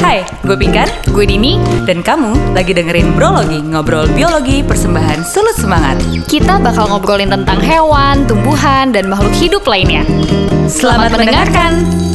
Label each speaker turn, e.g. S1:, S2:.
S1: Hai, gue Pinkan, gue Dini, dan kamu lagi dengerin Brologi, ngobrol biologi persembahan sulut semangat.
S2: Kita bakal ngobrolin tentang hewan, tumbuhan, dan makhluk hidup lainnya.
S1: Selamat, mendengarkan.